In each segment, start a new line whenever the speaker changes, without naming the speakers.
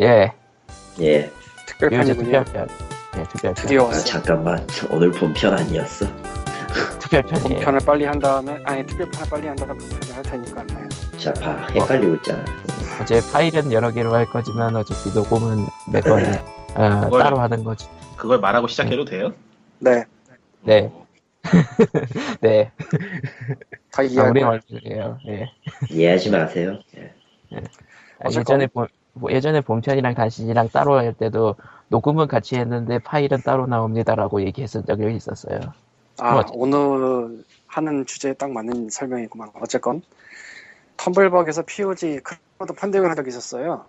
예.
예.
특별
이거 이제
편이군요.
특별편. 예, 특별편.
드디어
아,
왔어.
잠깐만 오늘 본편 아니었어?
특별편이에요.
본편을 빨리 한 다음에 아니 특별편을 빨리 한 다음에 본편을 할 테니까.
자, 봐 헷갈리고 있잖아.
어제 파일은 여러 개로 할 거지만 어차피 녹음은 내 거니 아,
그걸-
따로 하는 거지.
그걸 말하고 시작해도 돼요?
네.
네. 네.
다
아무리
이해하고.
말이에요. 예.
이해하지 마세요. 예.
아,
어쨌건-
예전에 본 뭐, 예전에 본편이랑 단신이랑 따로 할 때도 녹음은 같이 했는데 파일은 따로 나옵니다라고 얘기했던 적이 있었어요.
아
맞아.
오늘 하는 주제에 딱 맞는 설명이구만. 어쨌건 텀블벅에서 POG 크로드 펀딩을 한 적이 있었어요.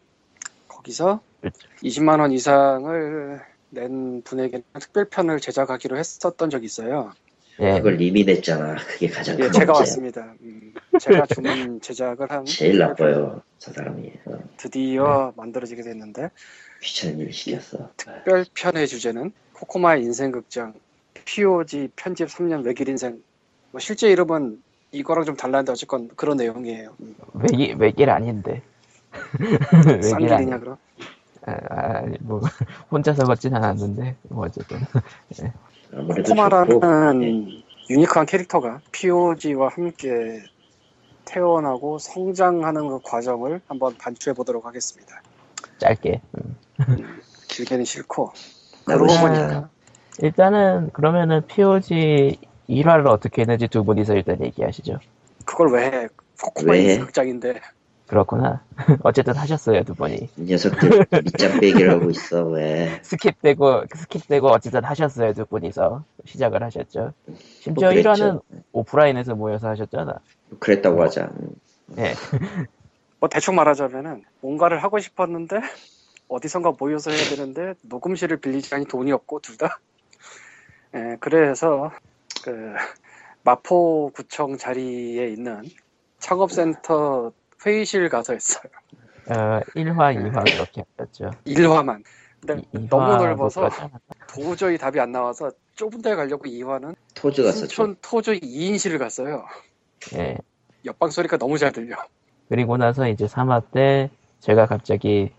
거기서
그렇죠.
20만 원 이상을 낸 분에게 특별편을 제작하기로 했었던 적이 있어요.
예.
네.
그걸 님이 냈잖아. 그게 가장 큰
예, 제가
문제야.
왔습니다. 음, 제가 주문 제작을 한
제일 나빠요. 저 사람이 어,
네.
드디어 만들어지게 됐는데
귀찮은 일 시켰어. 예.
특별편의 주제는 코코마의 인생극장 POG 편집 3년 외길 인생 뭐 실제 이름은 이거랑 좀 달랐는데 어쨌건 그런 내용이에요
네,
음,
외길 외길 아닌데. 외길
싼
아니-
길이냐 그럼
아, 아, 아니, 뭐 혼자서 걷진 않았는데 뭐 어쨌든
아무래도 좋고 예. 네.
코코마라는 유니크한 캐릭터가 POG와 함께 태어나고 성장하는 그 과정을 한번 반추해 보도록 하겠습니다
짧게.
길게는 싫고
나도
그러고
싫다.
보니까
네. 일단은 그러면은 POG 1화를 어떻게 했는지 두 분이서 일단 얘기하시죠.
그걸 왜해 코코마
왜 해?
인생극장인데
그렇구나. 어쨌든 하셨어요 두 분이.
이 녀석들 밑장 빼기를 하고 있어 왜?
스킵되고 스킵되고 어쨌든 하셨어요 두 분이서 시작을 하셨죠. 심지어
뭐 그랬죠.
1화는 오프라인에서 모여서 하셨잖아.
그랬다고 하자. 음.
예.
뭐 대충 말하자면은 뭔가를 하고 싶었는데 어디선가 모여서 해야 되는데 녹음실을 빌리지 않니 돈이 없고 둘 다. 예, 그래서 그 마포구청 자리에 있는 창업센터 회의실 가서 했어요.
어, 1화, 2화 그렇게 하셨죠.
일화만. 근데
이- 이화
너무 넓어서
그렇죠.
도저히 답이 안 나와서 좁은 데 가려고 이화는
토즈 갔었죠.
순천 토조 2인실을 갔어요.
예.
옆방 소리가 너무 잘 들려.
그리고 나서 이제 3화 때 제가 갑자기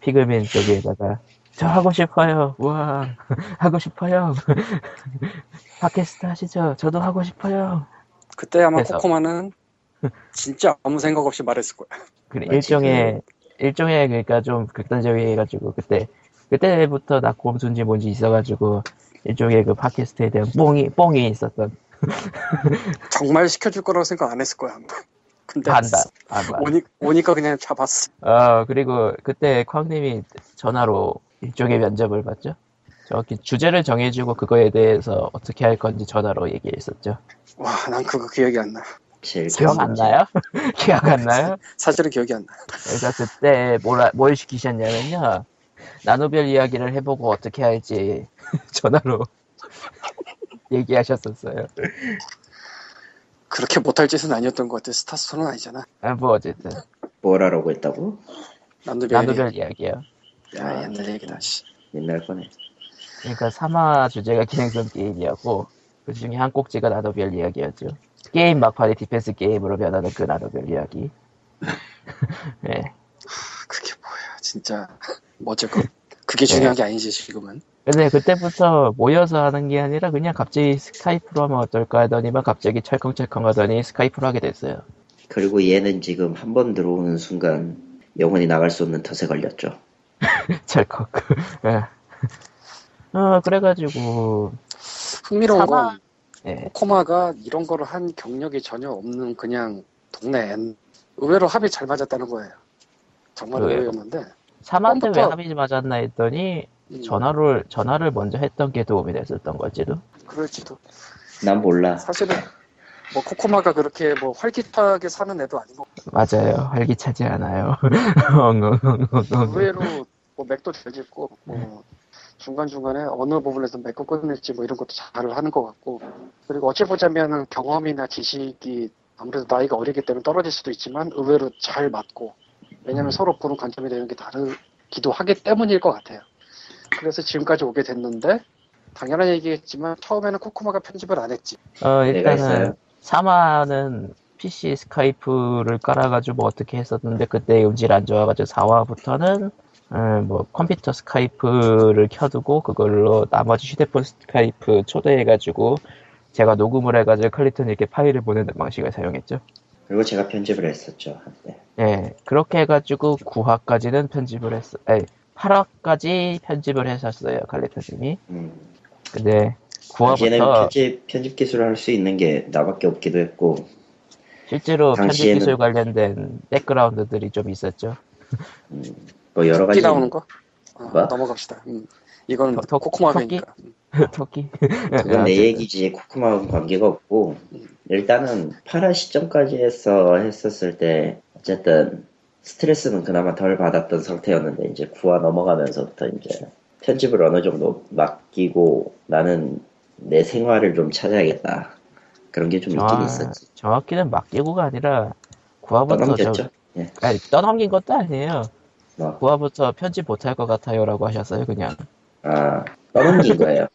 피그민 쪽에다가 저 하고 싶어요. 우와 하고 싶어요. 팟캐스트 하시죠. 저도 하고 싶어요.
그때 아마
그래서.
코코마는 진짜 아무 생각 없이 말했을 거야.
그
마치
일종의 일종의 그러니까 좀 극단적이해가지고 그때 그때부터 낙곰순지 뭔지 있어가지고 일종의 그 팟캐스트에 대한 뽕이 뽕이 있었던
정말 시켜줄 거라고 생각 안 했을 거야 아마. 근데
반반 반반.
오니, 오니까 그냥 잡았어.
어 그리고 그때 쾅님이 전화로 일종의 면접을 받죠. 정확히 주제를 정해주고 그거에 대해서 어떻게 할 건지 전화로 얘기했었죠.
와, 난 그거 기억이 안 나.
제일
기억 안 나요? 기억 안 나요?
사실은 기억이 안 나.
그래서 그때 뭐라, 뭘 시키셨냐면요. 나노별 이야기를 해보고 어떻게 할지 전화로 얘기하셨었어요.
그렇게 못할 짓은 아니었던 것 같아. 스타스톤은 아니잖아.
아, 뭐 어쨌든
뭘 하라고 했다고?
아,
아,
남도별이.
나노별 이야기요. 음.
야, 옛날 얘기다. 씨.
옛날 거네.
그러니까 3화 주제가 기능성 게임이었고 그 중에 한 꼭지가 나노별 이야기였죠. 게임 막판에 디펜스 게임으로 변하는 그 나노별 이야기. 네.
아, 그게 뭐야, 진짜. 뭐 어쨌건
네.
그게 중요한 게 아니지 지금은.
근데 그때부터 모여서 하는 게 아니라 그냥 갑자기 스카이프로 하면 어떨까 하더니만 갑자기 철컹철컹 하더니 스카이프로 하게 됐어요.
그리고 얘는 지금 한 번 들어오는 순간 영원히 나갈 수 없는 덫에 걸렸죠.
철컹. 예. 어, 그래가지고,
흥미로운 건
예.
코마가 이런 거를 한 경력이 전혀 없는 그냥 동네 앤 의외로 합이 잘 맞았다는 거예요. 정말
그래요.
의외였는데.
3화 때왜
처음부터-
합의지 맞았나 했더니,
음,
전화를, 전화를 먼저 했던 게 도움이 됐었던 걸지도.
그럴지도.
난 몰라.
사실은 뭐 코코마가 그렇게 뭐 활기차게 사는 애도 아닌 거.
맞아요. 활기차지 않아요. 엉엉엉엉엉.
의외로 뭐 맥도 잘 짓고 뭐 중간중간에 어느 부분에서 맥고 끝낼지 뭐 이런 것도 잘 하는 것 같고 그리고 어찌 보자면은 경험이나 지식이 아무래도 나이가 어리기 때문에 떨어질 수도 있지만 의외로 잘 맞고 왜냐면
음.
서로 보는 관점이 되는 게 다르기도 하기 때문일 것 같아요 그래서 지금까지 오게 됐는데 당연한 얘기겠지만 처음에는 코코마가 편집을 안 했지
어,
내가 했어요.
일단은, 3화는 PC 스카이프를 깔아가지고 뭐 어떻게 했었는데, 그때 음질 안 좋아가지고 4화부터는 어, 뭐 컴퓨터 스카이프를 켜두고 그걸로 나머지 휴대폰 스카이프 초대해가지고 제가 녹음을 해가지고 클리턴에게 파일을 보내는 방식을 사용했죠.
그리고 제가 편집을 했었죠. 네. 한때.
예, 그렇게 해가지고 9화까지는 편집을 했어. 에 8화까지 편집을 했었어요, 칼리터님이.
음.
근데
당시에는 그
9화부터
편집, 편집 기술을 할 수 있는 게 나밖에 없기도 했고
실제로 편집
당시에는-
기술 관련된 백그라운드들이 좀 있었죠.
뭐 여러 가지
토끼 나오는 거? 어,
뭐야?
넘어갑시다. 음. 이거는
더- 더
코코마비니까.
토끼.
그건 내
어쨌든.
얘기지 코코마하고 관계가 없고 일단은 8화 시점까지 해서 했었을 때 어쨌든 스트레스는 그나마 덜 받았던 상태였는데 이제 9화 넘어가면서부터 이제 편집을 어느 정도 맡기고 나는 내 생활을 좀 찾아야겠다 그런 게 좀 있긴
아,
있었지
정확히는 맡기고가 아니라 9화부터
떠넘겼죠
저, 아니, 떠넘긴 것도 아니에요.
뭐,
9화부터 편집 못할 것 같아요라고 하셨어요, 그냥.
아 떠넘긴 거예요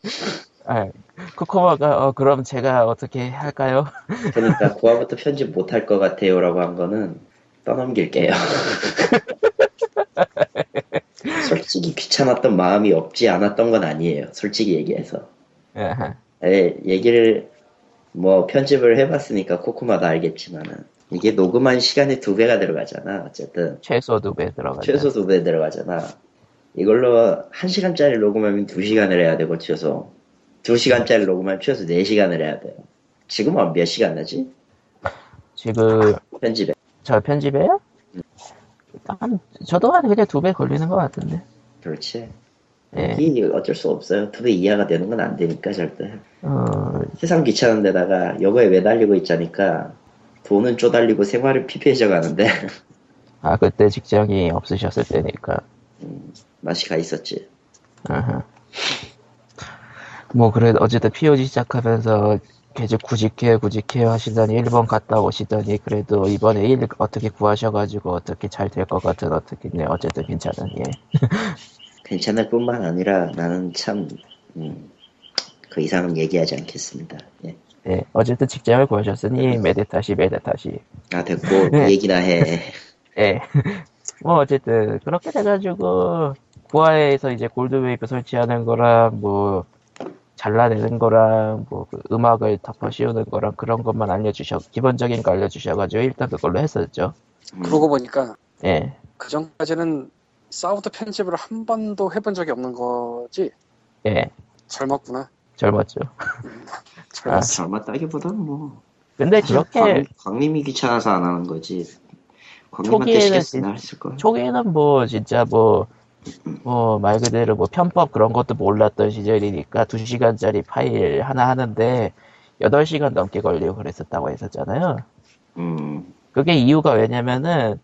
아, 코코마가 어, 그럼 제가 어떻게 할까요?
그러니까 9화부터 편집 못할 것 같아요라고 한 거는 떠넘길게요. 솔직히 귀찮았던 마음이 없지 않았던 건 아니에요. 솔직히 얘기해서.
아하.
에, 얘기를 뭐 편집을 해봤으니까 코코마다 알겠지만은 이게 녹음한 시간에 두 배가 들어가잖아. 어쨌든
최소 두 배 들어가죠.
최소 두 배 들어가잖아. 이걸로 한 시간짜리 녹음하면 두 시간을 해야 되고 최소 두 시간짜리 녹음하면 최소 네 시간을 해야 돼요. 지금은 몇 시간 하지?
지금
편집에.
저 편집해요? 한, 저도 한 그냥 두 배 걸리는 것 같은데.
그렇지.
예.
이게 어쩔 수 없어요. 두 배 이하가 되는 건 안 되니까 절대.
어,
세상 귀찮은 데다가 여거에 매달리고 있자니까 돈은 쪼달리고 생활을 피폐해져 가는데
아, 그때 직장이 없으셨을 때니까.
맛이 가 있었지.
아하. 뭐, 그래도 어쨌든 POG 시작하면서 계속 구직해, 구직해 하시더니 일본 갔다 오시더니 그래도 이번에 일 어떻게 구하셔가지고 어떻게 잘 될 것 같은 어떻게, 네, 어쨌든 괜찮은, 예.
괜찮을 뿐만 아니라 나는 참, 음, 그 이상은 얘기하지 않겠습니다. 예.
예, 어쨌든 직장을 구하셨으니 메데타시, 메데타시.
아, 됐고,
네.
얘기나 해.
예. 뭐 어쨌든 그렇게 돼가지고 구화에서 이제 골드웨이브 설치하는 거랑 뭐 잘라내는 거랑 뭐그 음악을 덮어 씌우는 거랑 그런 것만 알려주셔 기본적인 거 알려주셔가지고 일단 그걸로 했었죠.
음,
그러고 보니까
예.
그 전까지는 사우드 편집을 한 번도 해본 적이 없는 거지.
예.
젊었구나.
젊었죠. 아,
젊었어.
젊었다기보단 뭐.
근데 그렇게
광, 림이 귀찮아서 안 하는 거지. 광림한테
초기에는
시켰으나 했을 거야.
초기에는 뭐 진짜 뭐 뭐 말 그대로 뭐 편법 그런 것도 몰랐던 시절이니까 2시간짜리 파일 하나 하는데 8시간 넘게 걸리고 그랬었다고 했었잖아요.
음,
그게 이유가 왜냐면은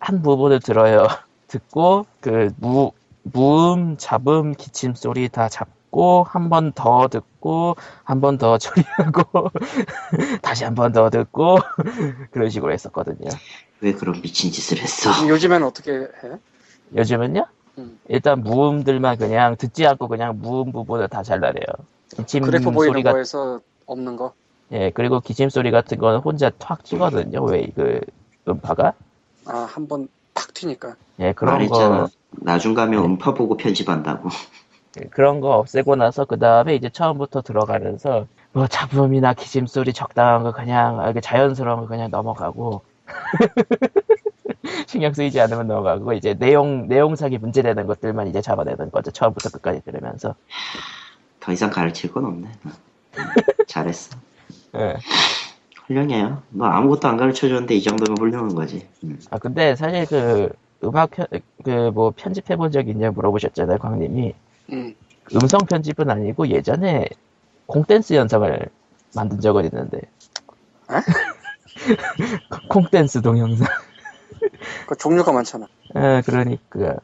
한 부분을 들어요. 듣고 그 무, 무음, 잡음, 기침 소리 다 잡고 한 번 더 듣고 한 번 더 처리하고 다시 한 번 더 듣고 그런 식으로 했었거든요.
왜 그런 미친 짓을 했어?
요즘엔 어떻게 해?
요즘은요?
음.
일단 무음들만 그냥 듣지 않고 그냥 무음 부분을 다 잘라내요. 기침
그래프 보이는
소리가
거에서 없는 거.
예 그리고 기침 소리 같은 거는 혼자 탁 튀거든요. 왜 그 음파가
아, 한 번 팍 튀니까.
예 그런
말했잖아.
거 네.
나중 가면 음파 보고 편집한다고.
그런 거 없애고 나서 그 다음에 이제 처음부터 들어가면서 뭐 잡음이나 기침 소리 적당한 거 그냥 아, 이렇게 자연스러운 거 그냥 넘어가고 신경 쓰이지 않으면 넘어가고 이제 내용 내용상이 문제되는 것들만 이제 잡아내는 거죠 처음부터 끝까지 들으면서
더 이상 가르칠 건 없네. 잘했어.
예.
훌륭해요. 너 아무것도 안 가르쳐줬는데 이 정도면 훌륭한 거지. 음.
아 근데 사실 그 음악 그 뭐 편집해 본 적 있냐 물어보셨잖아요 광님이
음.
음성 편집은 아니고 예전에 콩댄스 영상을 만든 적은 있는데
에?
콩댄스 동영상
그 종류가 많잖아.
예, 그러니까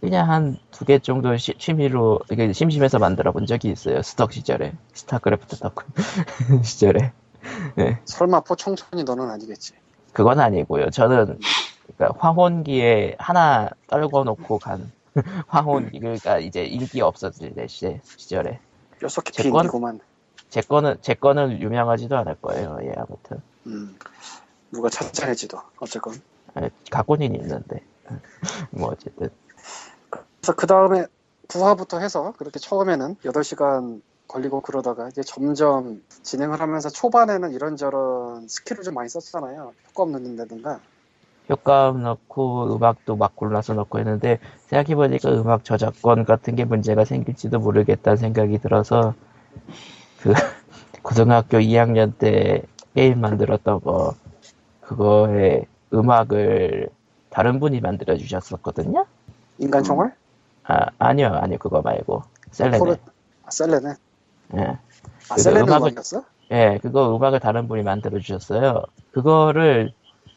그냥 한 두 개 정도 시- 취미로 이게 심심해서 만들어 본 적이 있어요. 스톡 시절에 스타크래프트 덕후 시절에
설마 포청천이 너는 아니겠지.
그건 아니고요. 저는 그러니까 황혼기에 하나 떨궈 놓고 간 황혼기 그러니까 이제 인기 없었을 때 시- 시절에
뼛속 깊이
제 건?
인디고만.
제 거는 제 거는 유명하지도 않을 거예요. 예 아무튼
음. 누가 찾아낼지도. 어쨌건.
예, 갖고는 있는데 뭐 어쨌든
그래서 그 다음에 9화부터 해서 그렇게 처음에는 8시간 걸리고 그러다가 이제 점점 진행을 하면서 초반에는 이런저런 스킬을 좀 많이 썼잖아요. 효과 없는 데든가.
효과음 넣고 음악도 막 골라서 넣고 했는데 생각해보니까 음악 저작권 같은 게 문제가 생길지도 모르겠다는 생각이 들어서 그 고등학교 2학년 때 게임 만들었던 거 그거에 음악을 다른 분이 만들어 주셨었거든요.
인간 총알?
아 아니요 아니요 그거 말고 셀레네.
코르- 아, 셀레네.
예.
아,
그
셀레네
음악을-
음악이었어?
예, 그거 음악을 다른 분이 만들어 주셨어요. 그거를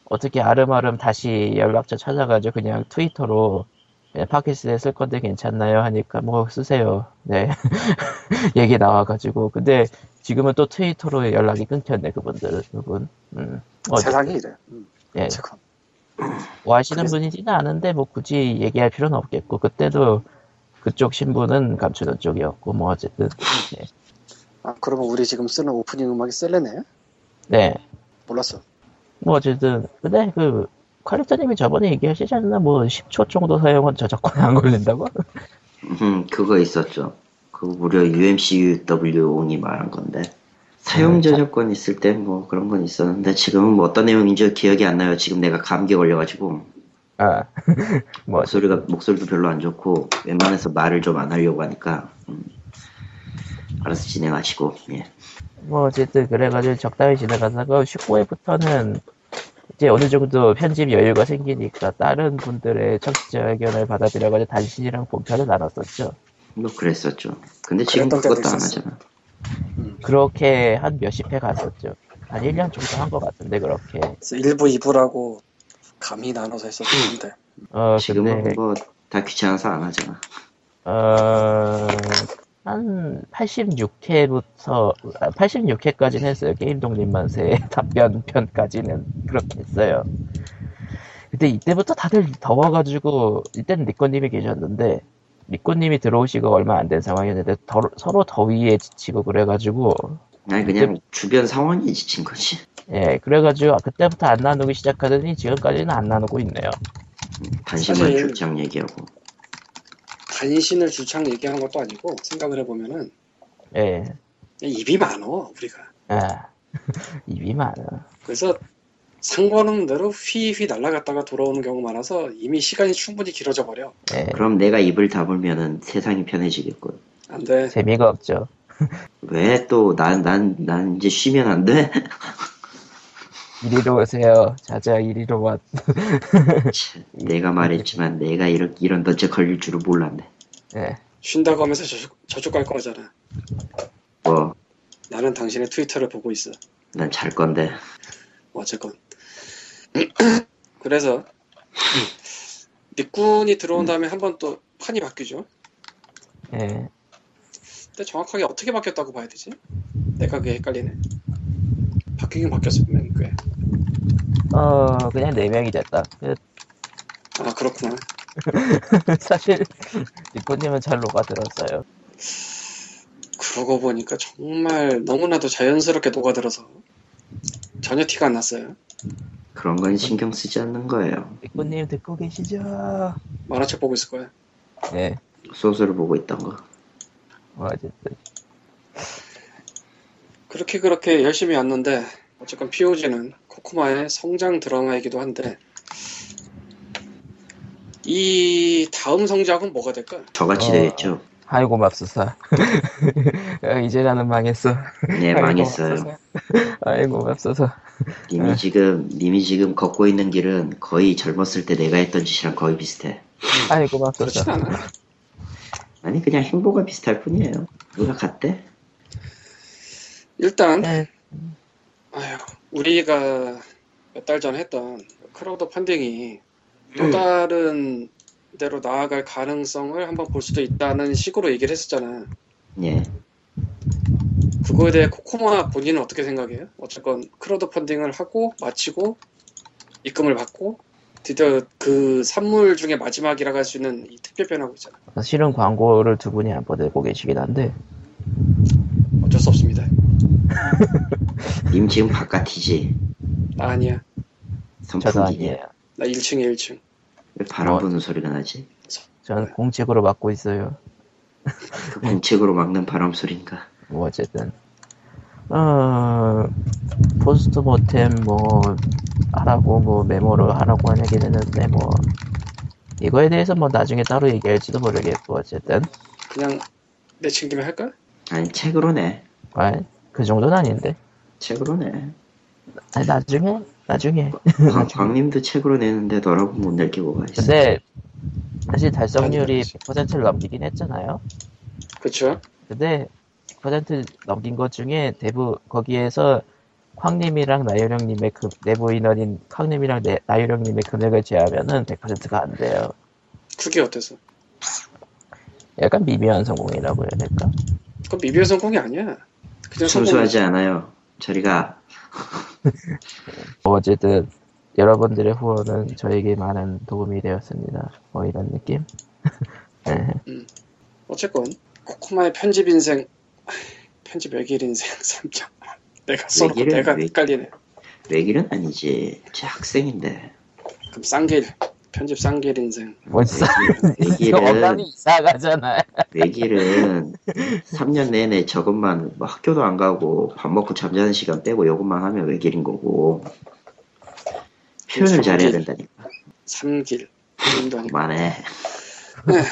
어떻게 아름아름 다시 연락처 찾아가지고 그냥 트위터로 그냥 팟캐스트에 쓸 건데 괜찮나요? 하니까 뭐 쓰세요. 네. 얘기 나와가지고. 근데 지금은 또 트위터로 연락이 끊겼네, 그분들, 그분. 음. 어쨌든,
세상이 이래. 음,
예.
잠깐.
뭐 하시는
그래서-
분이지는 않은데 뭐 굳이 얘기할 필요는 없겠고 그때도 그쪽 신분은 감추는 쪽이었고 뭐 어쨌든 네.
아, 그러면 우리 지금 쓰는 오프닝 음악이 셀레네?
네.
몰랐어.
뭐 어쨌든 근데 그 컬렉터님이 저번에 얘기하시지 않나 뭐 10초 정도 사용은 저작권 안 걸린다고?
음, 그거 있었죠. 그 무려 UMCWO니 말한 건데.
네,
사용 저작권 있을 때 뭐 그런 건 있었는데 지금은 뭐 어떤 내용인지 기억이 안 나요. 지금 내가 감기에 걸려가지고
아, 뭐 어쨌든
목소리가 목소리도 별로 안 좋고 웬만해서 말을 좀 안 하려고 하니까 음, 알아서 진행하시고 예.
뭐 어쨌든 그래가지고 적당히 지나가다가 19회부터는 이제 어느 정도 편집 여유가 생기니까 다른 분들의 청취자 의견을 받아들여가지고 단신이랑 본편을 나눴었죠.
뭐 그랬었죠. 근데 지금
그랬던 때도
그것도 안
있었어.
하잖아.
그렇게 한 몇십 회 갔었죠. 한 1년 정도 한 것 같은데 그렇게.
그래서 1부, 2부라고 감히 나눠서 했었는데.
어
지금은
근데
뭐 다 귀찮아서 안 하잖아.
어, 어한 86회부터 86회까지는 했어요. 게임 독립만세 답변 편까지는 그렇게 했어요. 근데 이때부터 다들 더워가지고 이때는 니꺼님이 계셨는데 니꺼님이 들어오시고 얼마 안 된 상황이었는데 더- 서로 더위에 지치고 그래가지고
아니 그냥 주변 상황이 지친 거지.
예 그래가지고 그때부터 안 나누기 시작하더니 지금까지는 안 나누고 있네요.
관심을
사실-
줄장 얘기하고.
단신을 주창 얘기하는 것도 아니고 생각을 해보면은
예
그냥 입이 많어 우리가.
아, 입이 많아.
그래서 상관없는 대로 휘휘 날아갔다가 돌아오는 경우 가 많아서 이미 시간이 충분히 길어져 버려.
예,
그럼 내가 입을 다물면은 세상이 편해지겠군.
안 돼.
재미가 없죠.
왜 또 난 난 난 이제 쉬면 안 돼?
이리로 오세요. 자자 이리로 와.
참, 내가 말했지만 내가 이런 이런 덫에 걸릴 줄을 몰랐네.
예.
쉰다고 하면서 저쪽, 저쪽 갈 거잖아.
뭐 난 잘
나는 당신의 트위터를 보고 있어.
건데.
뭐 어쨌건. 그래서 니꾼이 들어온 다음에 한 번 또 판이 바뀌죠.
예.
근데 정확하게 어떻게 바뀌었다고 봐야 되지? 내가 그게 헷갈리네. 바뀌긴 바뀌었어 분명히 꽤.
어, 그냥 네 명이 됐다. 그,
아 그렇구나.
사실, 리코님은 잘 녹아들었어요.
그러고 보니까 정말 너무나도 자연스럽게 녹아들어서 전혀 티가 안 났어요.
그런 건 신경 쓰지 않는 거예요.
리코님 듣고 계시죠?
만화책 보고 있을 거야.
예.
소설을 보고 있던 거.
뭐 어쨌든.
그렇게 그렇게 열심히 왔는데 어쨌건 POG는 코코마의 성장 드라마이기도 한데 이 다음 성장은 뭐가 될까?
저같이
어.
되겠죠.
아이고, 맙소사. 야, 이제 나는 망했어.
네
아이고,
망했어요.
맙소사. 아이고, 맙소사.
님이 지금 님이 지금 걷고 있는 길은 거의 젊었을 때 내가 했던 짓이랑 거의 비슷해.
아이고,
그렇진
맙소사.
않아.
아니 그냥 행보가 비슷할 뿐이에요. 누가 갔대?
일단
예.
아휴, 우리가 몇 달 전에 했던 크라우드 펀딩이 또 다른 데로 나아갈 가능성을 한번 볼 수도 있다는 식으로 얘기를 했었잖아.
예.
그거에 대해 코코마 본인은 어떻게 생각해요? 어쨌건 크라우드 펀딩을 하고 마치고 입금을 받고 드디어 그 산물 중에 마지막이라고 할 수 있는 이 특별편하고 있잖아.
실은 광고를 두 분이 안 보내고 계시긴 한데,
어쩔 수 없습니다.
님 지금 바깥이지.
나 아니야.
저도
선풍기냐?
아니에요.
나 1층이야 1층.
왜 바람
어.
부는 소리가 나지?
전 공책으로 맡고 있어요.
그 공책으로 막는 바람 소리인가.
뭐 어쨌든 어 포스트 모템 뭐 하라고 뭐 메모를 하라고 하긴 했는데 뭐 이거에 대해서 뭐 나중에 따로 얘기할지도 모르겠고 어쨌든
그냥 내친 김에 할까?
아니 책으로네.
아, 그 정도는 아닌데
책으로네.
아니, 나중에 나중에
광, 광님도 책으로 내는데 너라고 못 낼 게 뭐가 있어.
근데 사실 달성률이
아니,
100%를 넘기긴 했잖아요
그쵸?
근데 100% 넘긴 것 중에 대부 거기에서 쾅님이랑 나유령님의 그 내부 인원인 쾅님이랑 내- 나유령님의 금액을 제하면은 100%가 안 돼요
그게 어때서?
약간 미묘한 성공이라고 해야 될까?
그건 미비의 성공이 아니야. 그냥
순수하지 않아요. 저리가
뭐 어쨌든 여러분들의 후원은 저에게 많은 도움이 되었습니다. 뭐 이런 느낌? 예.
어쨌건 코코마의 편집 인생 편집 외길 인생 3점 내가 써놓고
외길은
내가
외-
헷갈리네
외길은 아니지. 제 학생인데.
그럼 쌍길 편집 쌍길 인생
뭔
네.
싸? 그
외길은
어감이 이상하잖아.
외길은 3년 내내 저것만 뭐 학교도 안 가고 밥 먹고 잠자는 시간 빼고 이것만 하면 외길인 거고 표현을 잘해야 된다니까.
3길 인도 아니고
그만해.
네.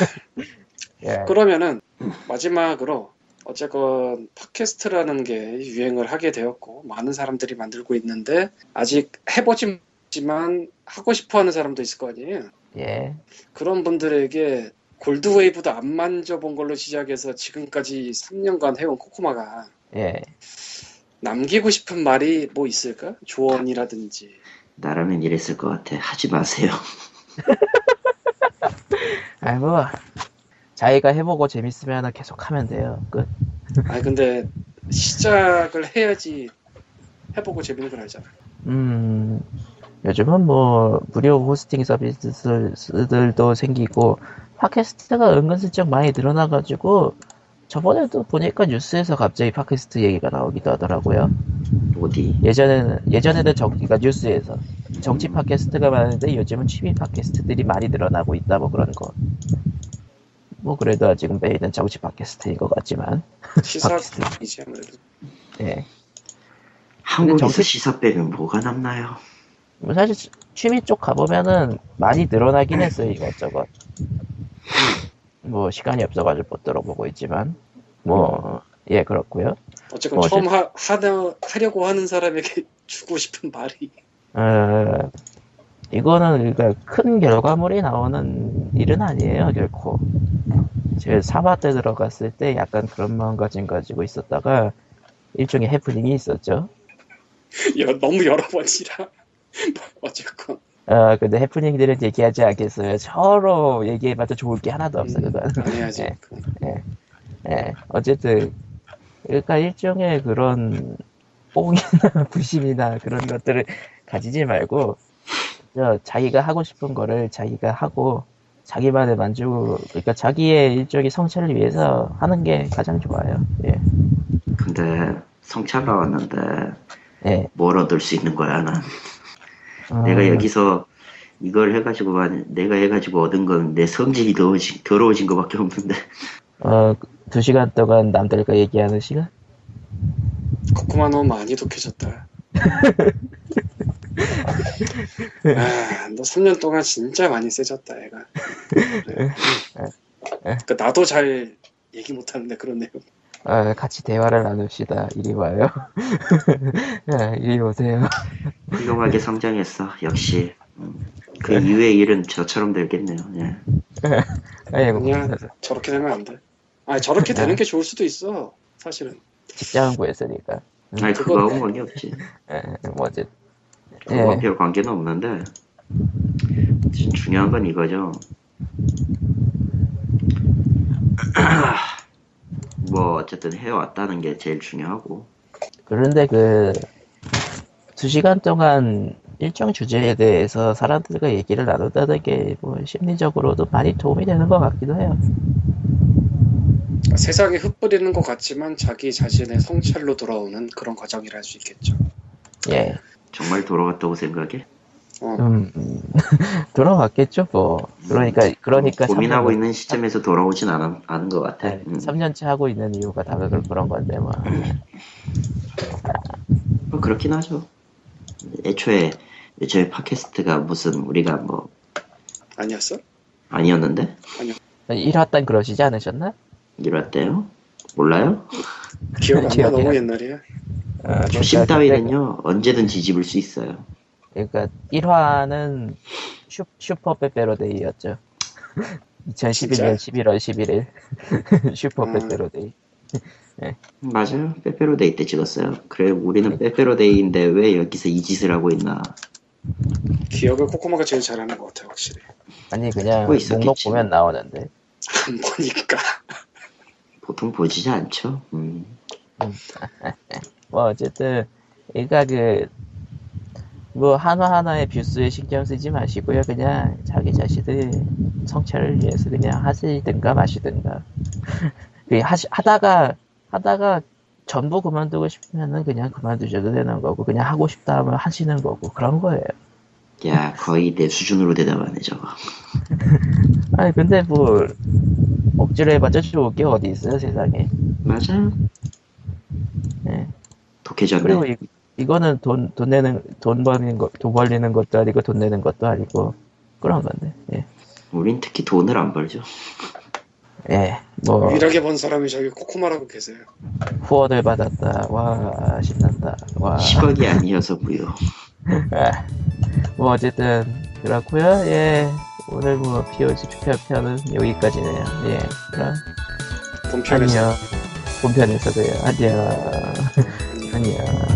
예.
그러면은 마지막으로 어쨌건 팟캐스트라는 게 유행을 하게 되었고 많은 사람들이 만들고 있는데 아직 해보지 못지만 하고 싶어하는 사람도 있을 거 아니에요.
예.
그런 분들에게 골드웨이브도 안 만져본 걸로 시작해서 지금까지 3년간 해온 코코마가
예.
남기고 싶은 말이 뭐 있을까? 조언이라든지
나라면 이랬을 것 같아. 하지 마세요.
아이 뭐 자기가 해보고 재밌으면 계속 하면 돼요. 끝.
아니 근데 시작을 해야지 해보고 재밌는 걸 알잖아
음. 요즘은 뭐 무료 호스팅 서비스들도 생기고 팟캐스트가 은근슬쩍 많이 늘어나가지고 저번에도 보니까 뉴스에서 갑자기 팟캐스트 얘기가 나오기도 하더라고요.
어디?
예전에는 예전에는 정, 그러니까 뉴스에서 정치 팟캐스트가 많은데 요즘은 취미 팟캐스트들이 많이 늘어나고 있다 뭐 그런 거. 뭐 그래도 지금 메인은 정치 팟캐스트인 것 같지만,
시사이지 아, 아무래도
예.
한국에서
정치-
시사 빼면 뭐가 남나요?
뭐 사실 취- 취미 쪽 가보면은 많이 늘어나긴 했어요 이것저것. 뭐 시간이 없어가지고 못 들어보고 있지만, 뭐 예 그렇고요.
어쨌건
뭐지?
처음 하, 하려, 하려고 하는 사람에게 주고 싶은 말이
어, 이거는 그러니까 큰 결과물이 나오는 일은 아니에요, 결코. 제사화때 들어갔을 때 약간 그런 마음가짐 가지고 있었다가 일종의 해프닝이 있었죠.
여- 너무 여러 번이라 어쨌건
아, 근데 해프닝들은 얘기하지 않겠어요. 서로 얘기해봤자 좋을 게 하나도 없어,
음,
그건.
안 해야지
네.
그건.
예, 어쨌든, 그러니까 일종의 그런 뽕이나 부심이나 그런 것들을 가지지 말고, 저 자기가 하고 싶은 거를 자기가 하고, 자기만의 만족, 그러니까 자기의 일종의 성취를 위해서 하는 게 가장 좋아요. 예,
근데 성찰 나왔는데
예.
뭘 얻을 수 있는 거야 난
어,
내가 여기서 이걸 해가지고 만- 내가 해가지고 얻은 건 내 성질이 더러워진, 더러워진 거밖에 없는데
어, 두 시간 동안 남들과 얘기하는 시간?
코코마 너무 많이 독해졌다 아, 너 3년 동안 진짜 많이 세졌다 애가 그래.
네.
그러니까 나도 잘 얘기 못하는데 그런 내용
어, 같이 대화를 나눕시다. 이리 와요. 예, 이리 오세요.
훌륭하게 성장했어 역시 음, 그 이후의 일은 저처럼 되겠네요 예.
아이고,
그냥 저렇게 되면 안돼 아 저렇게
네.
되는 게 좋을 수도 있어 사실은
직장 구했으니까.
아니 그거하고 관계 없지
예, 뭐 어쨌든. 예.
그거와 뭐 별 관계는 없는데 진- 중요한 건 이거죠 뭐 어쨌든 해왔다는 게 제일 중요하고
그런데 그, 두 시간 동안 일정 주제에 대해서 사람들과 얘기를 나눈다는 게 뭐 심리적으로도 많이 도움이 되는 것 같기도 해요.
세상에 흩뿌리는 것 같지만 자기 자신의 성찰로 돌아오는 그런 과정이라 할 수 있겠죠.
예.
정말 돌아갔다고 생각해?
좀 돌아왔겠죠 뭐 그러니까 그러니까
음,
3년,
고민하고
네,
있는 시점에서 돌아오진 않은, 않은 것 같아. 음.
3년째 하고 있는 이유가 다 그걸 그런 건데 뭐
뭐 그렇긴 하죠. 애초에 애초에 팟캐스트가 무슨 우리가 뭐
아니었어?
아니었는데
일화단 그러시지 않으셨나?
이럴 때요? 몰라요?
기억 안 나.
기억이
너무
안-
옛날이야.
아, 초심 따위는요 언제든 뒤집을 수 있어요.
그러니까 1화는 슈, 슈퍼 빼빼로데이였죠. 2011년 11월 11일 슈퍼
음.
빼빼로데이.
맞아요. 빼빼로데이 때 찍었어요. 그래 우리는 빼빼로데이인데 왜 여기서 이 짓을 하고 있나?
기억을 코코마가 제일 잘하는 것 같아 확실히.
아니 그냥
뭐 있었겠지.
목록 보면 나오는데
안 보니까.
보통 보지 않죠. 음.
뭐 어쨌든 그러니까 그 뭐 하나 하나의 뷰스에 신경 쓰지 마시고요. 그냥 자기 자신의 성찰을 위해서 그냥 하시든가 마시든가. 그 하시, 하다가 하다가 전부 그만두고 싶으면은 그냥 그만두셔도 되는 거고 그냥 하고 싶다 하면 하시는 거고 그런 거예요.
야 거의 내 수준으로 대답하네 저거.
아니 근데 뭐 억지로 해봤자 좋을 게 어디 있어요 세상에
맞아요. 네.
예. 그리고
독해졌네.
이, 이거는 돈, 돈 내는 돈 버는 거, 돈 벌리는 것도 아니고 돈 내는 것도 아니고 그런 건데 예.
우린 특히 돈을 안 벌죠.
예, 뭐
유일하게 본 사람이 저기 코코마라고 계세요.
후원을 받았다 와 신난다 와
10억이 아니어서 무효.
아, 뭐 어쨌든 그렇고요 예 오늘 뭐 POG 편은 여기까지네요 예 그럼
본편에서.
안녕 본편에서 봬요 안녕
안녕.
안녕